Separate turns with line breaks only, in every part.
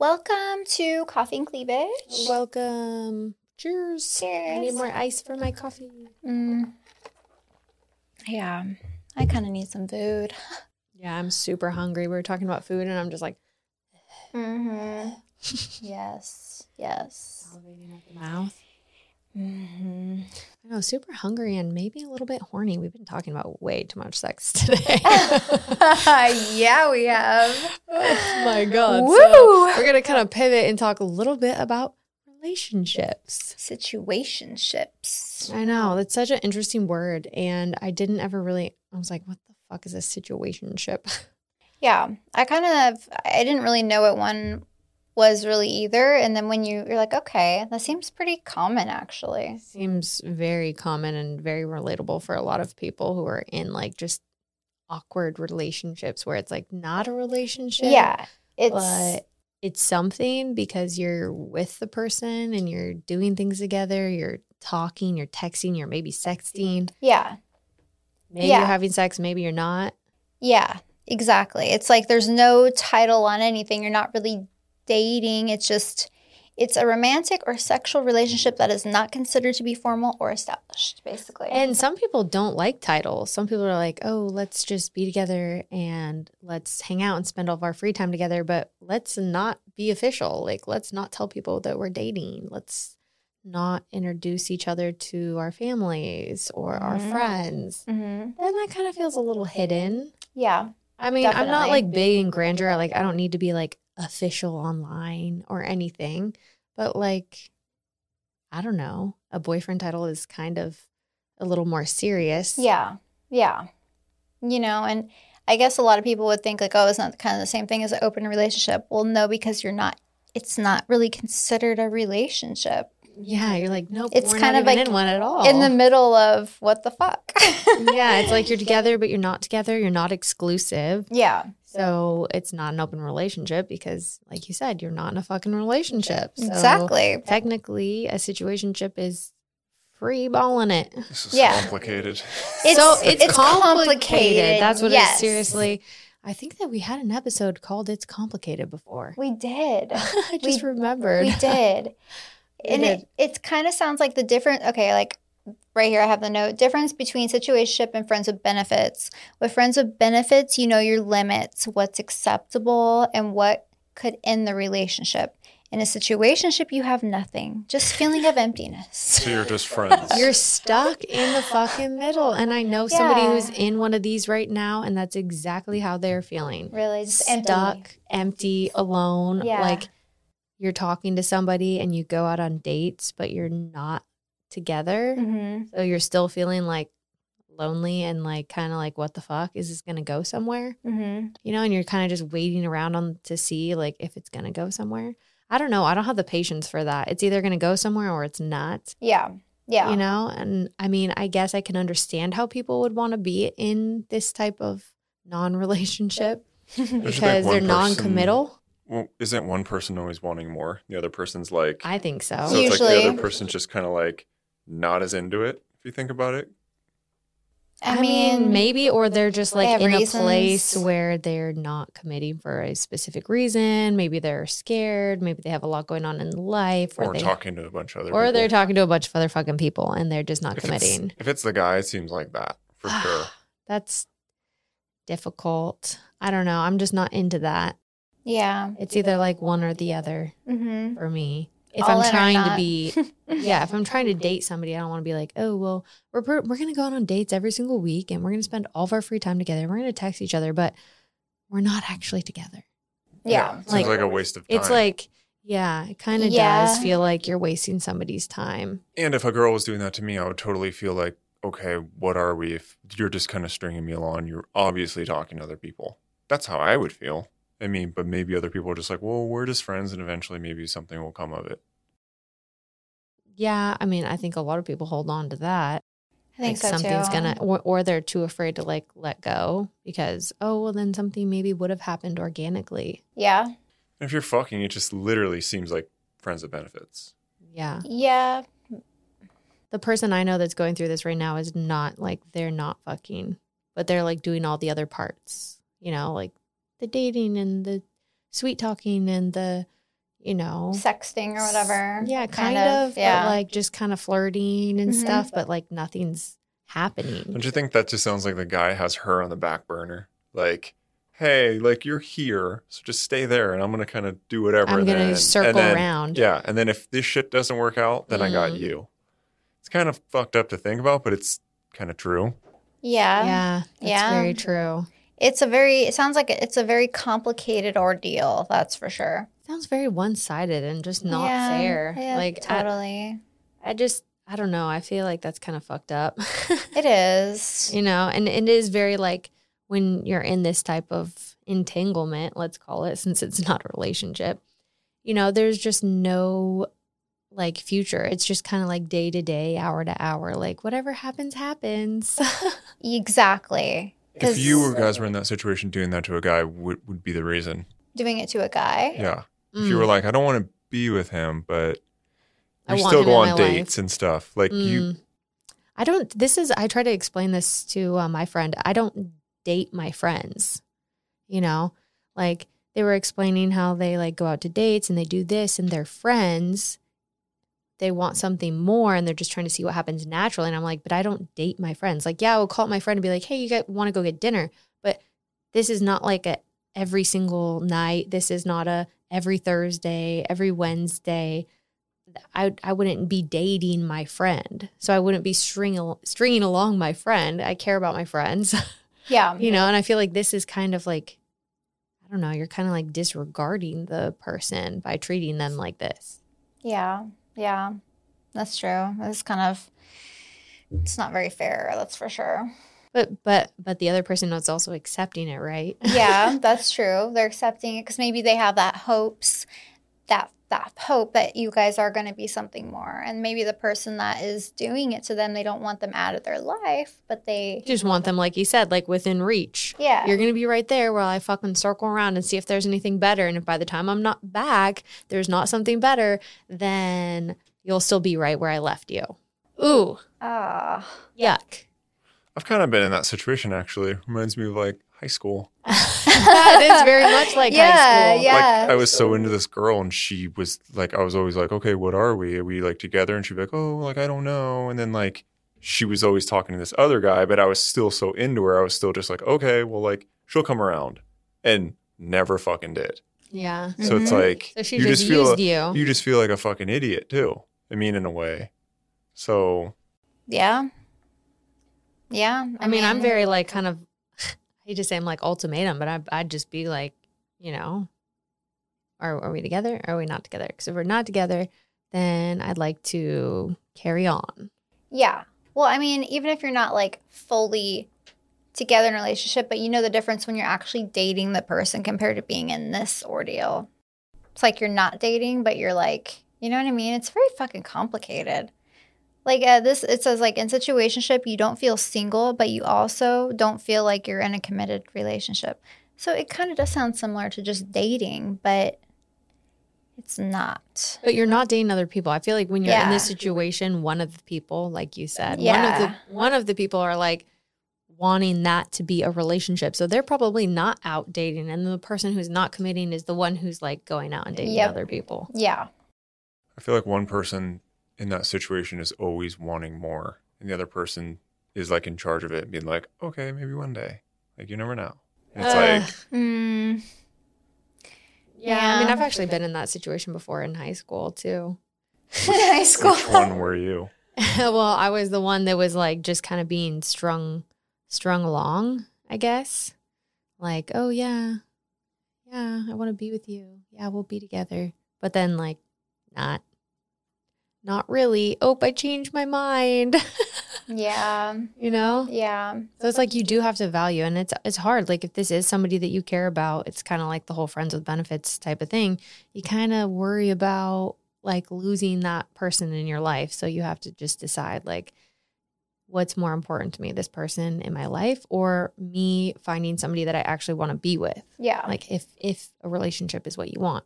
Welcome to Coffee and Cleavage.
Welcome. Cheers. I need
Cheers.
more ice for my coffee.
Mm. Yeah, I kind of need some food.
Yeah, I'm super hungry. We were talking about food, and I'm just like,
Mm-hmm. yes, yes.
mouth.
Mm-hmm.
I know, super hungry and maybe a little bit horny. We've been talking about way too much sex today.
yeah, we have.
oh my God.
Woo!
So we're going to kind of pivot and talk a little bit about relationships.
Situationships.
I know, that's such an interesting word. And I didn't ever really, I was like, what the fuck is a situationship?
Yeah, I kind of I didn't really know what one was really either, and then when you you're like, okay, that seems pretty common actually.
seems very common and very relatable for a lot of people who are in like just awkward relationships where it's like not a relationship.
Yeah, it's
But it's something because you're with the person and you're doing things together, you're talking, you're texting, you're maybe sexting.
yeah.
Maybe
Yeah.
you're having sex, maybe you're not.
Yeah, exactly. It's like there's no title on anything. You're not really dating. It's just it's a romantic or sexual relationship that is not considered to be formal or established, basically.
And some people don't like titles. Some people are like, oh, let's just be together and let's hang out and spend all of our free time together, but let's not be official. Like, let's not tell people that we're dating. Let's not introduce each other to our families or our
Mhm.
friends.
Mhm.
Then that kind of feels a little hidden.
yeah,
I mean, I'm not
Definitely.
like big and grandeur. I, Like, I don't need to be like official online or anything, but like, I don't know. A boyfriend title is kind of a little more serious.
yeah, yeah. You know, and I guess a lot of people would think like, oh, it's not kind of the same thing as an open relationship. Well, no, because you're not. It's not really considered a relationship.
Yeah, you're like, nope,
It's
it's we're
kind
kind
of
not of
like
in one at all.
In the middle of what the fuck?
yeah, it's like you're together, but you're not together. You're not exclusive.
yeah.
So it's not an open relationship because, like you said, you're not in a fucking relationship. So
Exactly.
Technically, a situationship is free balling it.
This is
Yeah.
complicated.
It's-
so it's,
it's
complicated.
complicated,
That's what it
yes.
is. Seriously, I think that we had an episode called "It's Complicated" before.
We did.
I just remembered.
We did.
We
and it, it kind of sounds like the difference. Okay, like right here, I have the note difference between situationship and friends with benefits. With friends with benefits, you know your limits, what's acceptable, and what could end the relationship. In a situationship, you have nothing, just feeling of emptiness.
So you're just friends.
You're stuck in the fucking middle. And I know somebody
Yeah.
who's in one of these right now, and that's exactly how they're feeling.
Really, just
stuck,
empty.
empty, alone.
Yeah.
Like you're talking to somebody and you go out on dates, but you're not together.
hmm
So you're still feeling like lonely and like kind of like, what the fuck? Is this going to go somewhere?
hmm
You know, and you're kind of just waiting around on to see like if it's going to go somewhere. I don't know. I don't have the patience for that. It's either going to go somewhere or it's not
Yeah. Yeah.
you know and i mean i guess i can understand how people would want to be in this type of non-relationship
you think
because
one
they're
person-
non-committal
Well, isn't one person always wanting more? The other person's like,
i think so
so it's like the
Usually.
other person's just kind of like not as into it, if you think about it.
I, mean,
maybe or they're just
They have
like in a
reasons.
place where they're not committing for a specific reason maybe they're scared maybe they have a lot going on in life
Or
they,
talking to a bunch of other
or
people.
they're talking to a bunch of other fucking people and they're just not
if
committing
It's, if it's the guy, it seems like that for sure.
that's difficult i don't know i'm just not into that
yeah.
it's either like one or the other
hmm
for me. If
All in
I'm
or
trying to
not.
be, yeah, if I'm trying to date somebody, I don't want to be like, oh, well, we're, pro- we're going to go out on dates every single week and we're going to spend all of our free time together. and We're going to text each other, but we're not actually together.
Yeah.
it seems
Like-
like, a waste of time.
It's like, yeah, it kind of does
Yeah.
feel like you're wasting somebody's time.
and if a girl was doing that to me, I would totally feel like, okay, what are we? If you're just kind of stringing me along, you're obviously talking to other people. That's how I would feel. I mean, but maybe other people are just like, well, we're just friends, and eventually maybe something will come of it.
Yeah, I mean, I think a lot of people hold on to that.
I think so
like something's
too.
gonna, or, or they're too afraid to like let go because, oh, well, then something maybe would have happened organically.
Yeah.
If you're fucking, it just literally seems like friends of benefits.
Yeah.
Yeah.
the person I know that's going through this right now is not like they're not fucking, but they're like doing all the other parts, you know, like the dating and the sweet talking and the you know,
sexting or whatever.
Yeah, kind, of,
yeah.
but like just kind of flirting and
Mhm.
stuff, but like nothing's happening.
Don't you think that just sounds like the guy has her on the back burner? Like, hey, like you're here, so just stay there, and I'm gonna kind of do whatever.
I'm
and
gonna
then-
circle
and then-
around.
Yeah, and then if this shit doesn't work out, then I got
Mm.
you. It's kind of fucked up to think about, but it's kind of true.
yeah.
yeah, that's
Yeah.
very true.
It's a very, it sounds like it's a very complicated ordeal. That's for sure.
Sounds very one sided and just not
Yeah,
fair.
Yeah,
like I,
totally.
I just I don't know. I feel like that's kind of fucked up.
it is.
you know, and it is very like when you're in this type of entanglement, let's call it, since it's not a relationship. You know, there's just no like future. It's just kind of like day to day, hour to hour. Like whatever happens, happens.
Exactly.
If
'Cause
you were- guys were in that situation, doing that to a guy would, would be the reason.
doing it to a guy,
Yeah. If you were
Mm,
like, I don't want to be with him, but
I
you
want
still
him
go
in
on
my life.
dates and stuff, like you,
mm. I don't. This is. I try to explain this to uh, my friend. I don't date my friends. You know, like they were explaining how they like go out to dates and they do this and they're friends. They want something more and they're just trying to see what happens naturally. And I'm like, but I don't date my friends. Like, yeah, I will call up my friend and be like, hey, you want to go get dinner? But this is not like a every single night. This is not a every Thursday, every Wednesday. I I wouldn't be dating my friend, so I wouldn't be string al- stringing along my friend. I care about my friends,
yeah,
you know, and I feel like this is kind of like I don't know. You're kind of like disregarding the person by treating them like this.
yeah, yeah. That's true. It's kind of, it's not very fair. That's for sure.
But but but the other person is also accepting it, right?
Yeah, that's true. They're accepting it because maybe they have that hopes, that that hope that you guys are going to be something more, and maybe the person that is doing it to them, they don't want them out of their life, but they,
You just want them, like you said, like within reach.
yeah,
You're gonna be right there while I fucking circle around and see if there's anything better. And if by the time I'm not back, there's not something better, then you'll still be right where I left you. Ooh,
ah,
yuck.
I've kind of been in that situation actually. Reminds me of like high school.
that is very much like high
Yeah,
school.
yeah.
Like I was so into this girl, and she was like, I was always like, okay, what are we? Are we like together? And she'd be like, oh, like I don't know. And then like she was always talking to this other guy, but I was still so into her. I was still just like, okay, well, like she'll come around, and never fucking did.
Yeah.
So it's
Mhm.
like
So she
you
just,
just feel
used you.
you just feel like a fucking idiot too. I mean, in a way. So
yeah, yeah.
I mean, I'm very like kind of, I hate to say I'm like ultimatum, but I, I'd just be like, you know, are, are we together? Are we not together? Because if we're not together, then I'd like to carry on.
Yeah. Well, I mean, even if you're not like fully together in a relationship, but you know the difference when you're actually dating the person compared to being in this ordeal. It's like you're not dating, but you're like, you know what I mean? It's very fucking complicated. Like uh, this, it says like in situationship, you don't feel single, but you also don't feel like you're in a committed relationship. So it kind of does sound similar to just dating, but it's not.
But you're not dating other people. I feel like when you're in this
Yeah.
situation, one of the people, like you said, one of
Yeah.
the one of the people are like wanting that to be a relationship. So they're probably not out dating. And the person who's not committing is the one who's like going out and dating
Yep.
other people.
Yeah.
I feel like one person in that situation is always wanting more, and the other person is like in charge of it, being like, okay, maybe one day. Like you never know. And it's
Ugh.
like
Mm,
I mean,
Yeah.
I've actually been in that situation before in high school too.
high school.
which one were you?
well, I was the one that was like just kind of being strung strung along, I guess. Like, oh yeah. Yeah, I want to be with you. Yeah, we'll be together. But then like not not really. Oh, I changed my mind,
Yeah.
you know?
Yeah.
So it's like you do have to value and it's it's hard. Like if this is somebody that you care about, it's kind of like the whole friends with benefits type of thing. You kind of worry about like losing that person in your life, so you have to just decide like what's more important to me, this person in my life or me finding somebody that I actually want to be with.
Yeah.
Like if if a relationship is what you want.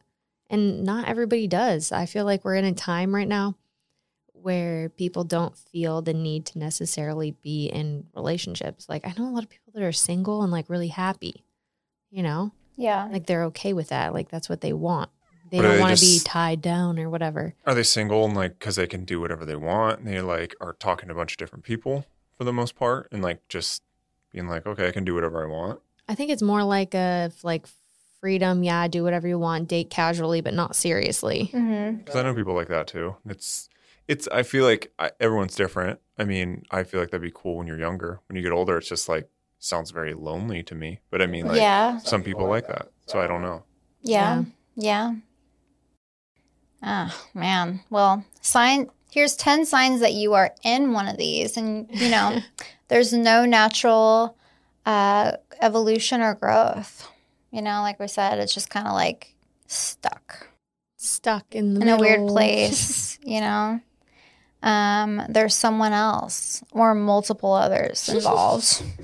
And not everybody does. I feel like we're in a time right now where people don't feel the need to necessarily be in relationships. Like I know a lot of people that are single and like really happy, you know?
yeah.
Like they're okay with that. Like that's what they want. They
But are
don't
they
want to be
just-
tied down or whatever.
Are they single and like because they can do whatever they want? And they like are talking to a bunch of different people for the most part, and like just being like, okay, I can do whatever I want.
I think it's more like a f- like freedom. Yeah, do whatever you want. Date casually, but not seriously.
Mm-hmm.
Because I know people like that too. It's it's. I feel like I, everyone's different. I mean, I feel like that'd be cool when you're younger. When you get older, it's just like sounds very lonely to me. But I mean, like
yeah.
some people like that. So I don't know.
Yeah. Yeah. Ah, man. Well, sign here's 10 signs that you are in one of these and you know, there's no natural uh evolution or growth. You know, like we said, it's just kind of like stuck
Stuck in the
in a weird
middle.
place, you know. Um, there's someone else or multiple others involved.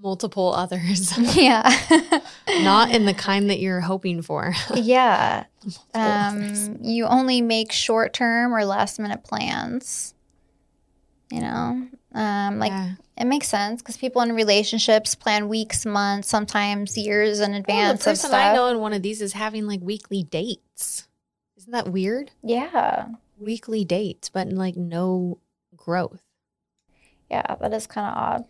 Multiple others,
yeah.
not in the kind that you're hoping for.
yeah.
others.
Um, you only make short term or last minute plans. You know, um, like
Yeah.
it makes sense because people in relationships plan weeks, months, sometimes years in
Well, the
advance of
person
stuff.
I know in one of these is having like weekly dates. Isn't that weird?
Yeah,
Weekly dates, but like no growth,
yeah, that is kind of odd.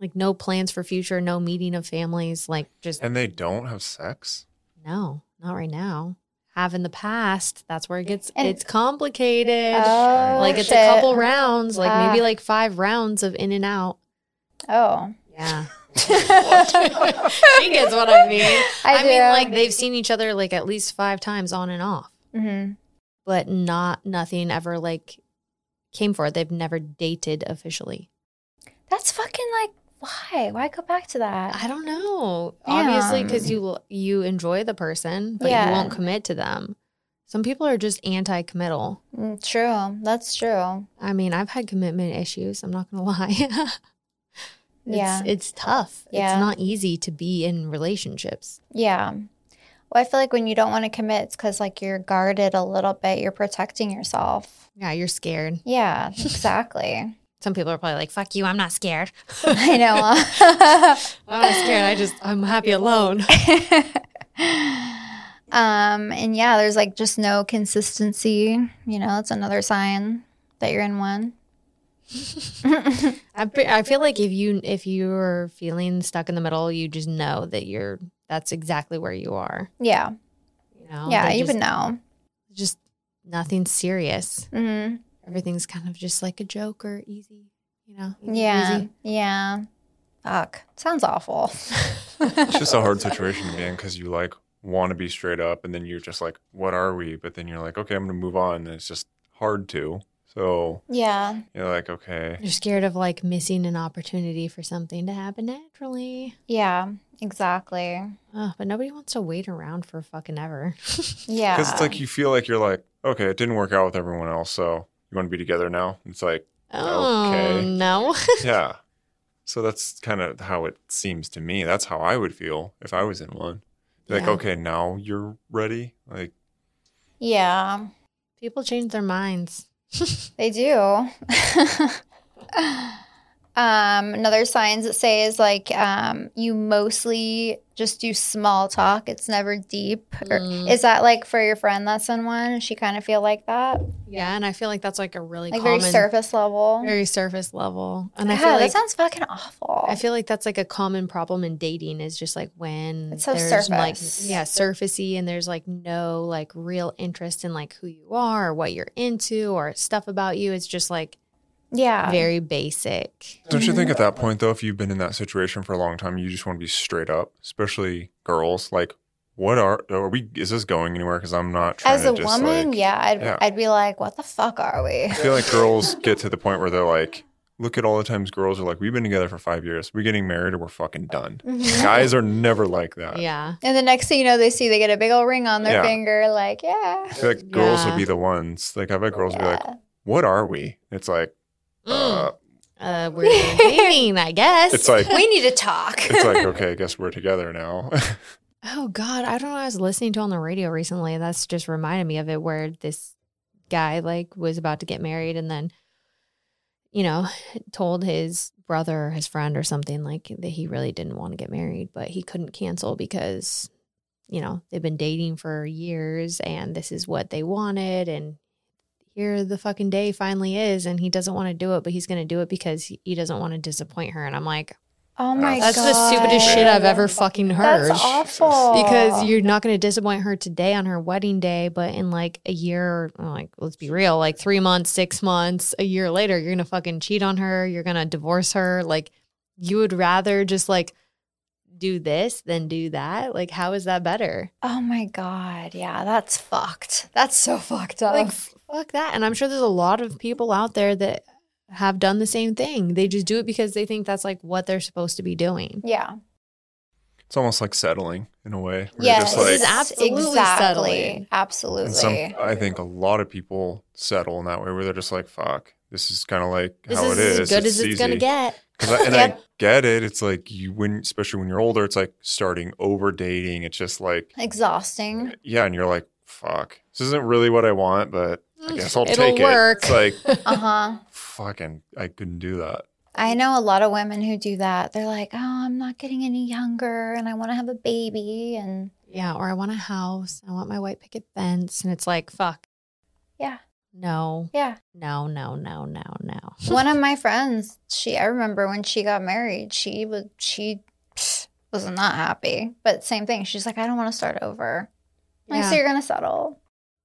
like no plans for future, no meeting of families, like just
And they don't have sex.
no, not right now. Have in the past. That's where it gets
And-
it's complicated.
Oh,
like it's a
shit.
couple rounds, like maybe
Ah.
like five rounds of in and out.
Oh,
Yeah. she gets what I mean. I, mean, like
do.
they've seen each other like at least five times on and off,
Mhm.
but not nothing ever like came for it. They've never dated officially.
that's fucking like why? Why go back to that?
I don't know. Obviously, because you you enjoy the person, but
Yeah.
you won't commit to them. Some people are just anti-committal.
Mm, true, that's true.
I mean, I've had commitment issues. I'm not gonna lie. it's,
Yeah.
it's tough.
Yeah.
It's not easy to be in relationships.
Yeah. Well, I feel like when you don't want to commit, it's because like you're guarded a little bit. You're protecting yourself.
Yeah, you're scared.
Yeah, exactly.
Some people are probably like, "Fuck you, I'm not scared.
I know. huh?
I'm not scared. I just I'm happy alone."
um, and yeah, there's like just no consistency. You know, it's another sign that you're in one.
I, fe- I feel like if you if you're feeling stuck in the middle, you just know that you're that's exactly where you are.
Yeah,
You know,
yeah,
Oh, They
you
just,
would know.
just nothing serious.
hmm
Everything's kind of just like a joke or easy. You know, easy
Yeah,
peasy.
yeah. Fuck, sounds awful.
It's just a hard situation to be in because you like want to be straight up, and then you're just like, what are we? But then you're like, okay, I'm gonna move on, and it's just hard to. So
yeah,
you're like, okay,
You're scared of like missing an opportunity for something to happen naturally.
yeah, exactly.
Ugh, but nobody wants to wait around for fucking ever.
Yeah,
because it's like you feel like you're like, okay, it didn't work out with everyone else, so you want to be together now. It's like,
Oh
Okay.
no.
yeah. So that's kind of how it seems to me. That's how I would feel if I was in one. Like,
Yeah.
okay, now you're ready. Like,
yeah.
People change their minds.
They do. um, another signs that say is like um, you mostly just do small talk. It's never deep. Or-
Mm.
Is that like for your friend that's in one? She kind of feel like that,
Yeah, and I feel like that's like a really
like
common,
very surface level.
very surface level. And
yeah,
I feel
that
like
sounds fucking awful.
I feel like that's like a common problem in dating is just like when
It's so
like
surface.
yeah, surfacey and there's like no like real interest in like who you are or what you're into or stuff about you. It's just like
yeah,
very basic.
Don't you think at that point though, if you've been in that situation for a long time, you just want to be straight up, especially girls. Like, what are are we? Is this going anywhere? Because I'm not trying
As
to
a
just,
woman,
like-
yeah, I'd
yeah.
I'd be like, what the fuck are we?
I feel like girls get to the point where they're like, look at all the times girls are like, we've been together for five years, we're getting married, or we're fucking done. Guys are never like that.
Yeah.
Mm-hmm. And the next thing you know, they see they get a big old ring on their
Yeah.
finger. Like, yeah,
I feel like girls
Yeah.
would be the ones. Like, I bet girls would be like,
Yeah.
what are we? It's like,
Mm.
uh,
Uh, we're dating, I guess.
it's like,
we need to talk.
it's like, okay, I guess we're together now.
Oh God, I don't know. what I was listening to on the radio recently, and that's just reminded me of it. Where this guy like was about to get married, and then you know told his brother or his friend or something like that he really didn't want to get married, but he couldn't cancel because you know, they've been dating for years and this is what they wanted and here the fucking day finally is and he doesn't want to do it, but he's going to do it because he- he doesn't want to disappoint her and I'm like,
Oh my
that's
god.
the stupidest shit I've ever fucking heard.
That's awful.
Because you're not going to disappoint her today on her wedding day, but in like a year, or, like let's be real, like three months, six months, a year later, you're going to fucking cheat on her. You're going to divorce her. Like you would rather just like do this than do that. Like how is that better?
Oh my god. Yeah, that's fucked. That's so fucked up.
Like fuck that. And I'm sure there's a lot of people out there that have done the same thing. They just do it because they think that's like what they're supposed to be doing.
yeah.
It's almost like settling in a way. where you're
Yes.
just like,
This is absolutely settling.
exactly.
and
Absolutely.
some, I think a lot of people settle in that way where they're just like, fuck, this is kind of like
This
how
is
it is.
as good as it's going to
easy.
get.
'Cause I, and I
Yep.
get it. It's like you when, especially when you're older, it's like starting over dating. It's just like,
Exhausting.
yeah, and you're like, fuck, this isn't really what I want, but I guess I'll
Mm, It'll
take
work.
it. It's like,
Uh-huh.
fucking, I couldn't do that.
I know a lot of women who do that. They're like, "Oh, I'm not getting any younger and I want to have a baby and
Yeah, or I want a house. I want my white picket fence. And it's like, fuck.
Yeah.
No,
yeah."
no, no, no, no, no.
One of my friends, she I remember when she got married, she was she pfft, was not happy. But same thing. She's like, "I don't want to start over." Like,
Yeah.
so you're going to settle.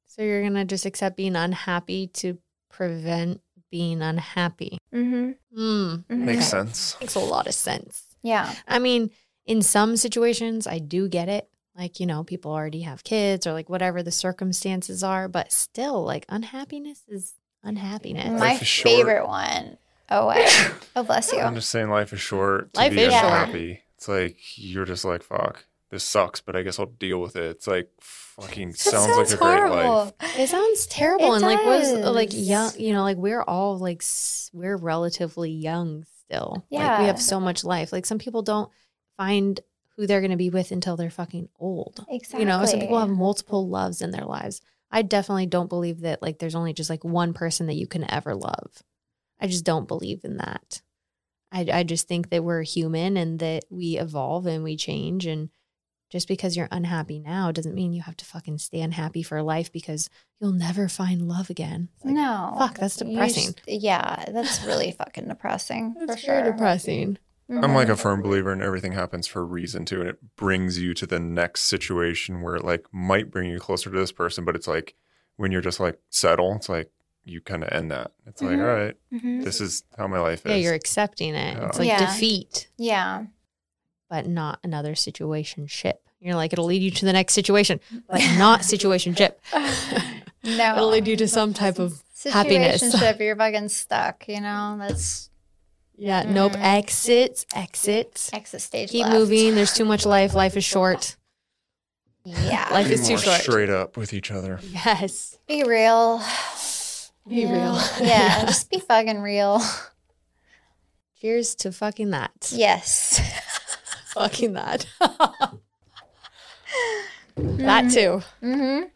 So you're going to just accept being unhappy to prevent being unhappy.
Mhm.
Hmm.
Mhm.
Makes sense.
Makes a lot of sense.
Yeah.
I mean, in some situations, I do get it. Like, you know, people already have kids or like whatever the circumstances are, but still, like, unhappiness is unhappiness.
My
Life is short.
favorite one. Oh, wait. oh, bless you.
I'm just saying, life is short. To
Life
be
is short.
unhappy. It's like you're just like, fuck, this sucks, but I guess I'll deal with it. It's like, fucking sounds, like a great life.
It sounds terrible.
It
and like, was uh, like
does.
young, you know, like we're all like, s- we're relatively young still. Like, we
Yeah.
have so much life. Like, some people don't find who they're going to be with until they're fucking old.
Exactly.
You know, some people have multiple loves in their lives. I definitely don't believe that like there's only just like one person that you can ever love. I just don't believe in that. I, I just think that we're human and that we evolve and we change. And just because you're unhappy now doesn't mean you have to fucking stay unhappy for life because you'll never find love again. It's like,
no.
fuck, that's
You
depressing.
just- yeah, that's really fucking depressing. for
That's
sure.
very depressing.
I'm like
Mhm.
a firm believer in everything happens for a reason too, and it brings you to the next situation where it like might bring you closer to this person, but it's like when you're just like settle, it's like you kind of end that. It's like,
Mhm.
all right,
Mhm.
this is how my life is.
Mm-hmm. Yeah, you're accepting it. It's like
Yeah.
defeat,
Yeah.
but not another situation ship. You're like, it'll lead you to the next situation, but not situation ship.
no.
It'll lead you to some type of happiness.
Situationship, you're fucking stuck, you know? That's
yeah.
Mm-hmm.
Nope.
Mhm.
Exits. Exits.
exit stage.
Keep
left.
moving. There's too much life. Life is short.
Yeah.
Life
Be
is too
more
short.
Straight up with each other.
Yes.
be real.
Be
You know?
real.
Yeah, just be fucking real.
Cheers to fucking that.
Yes.
Fucking that. that too.
Mm-hmm.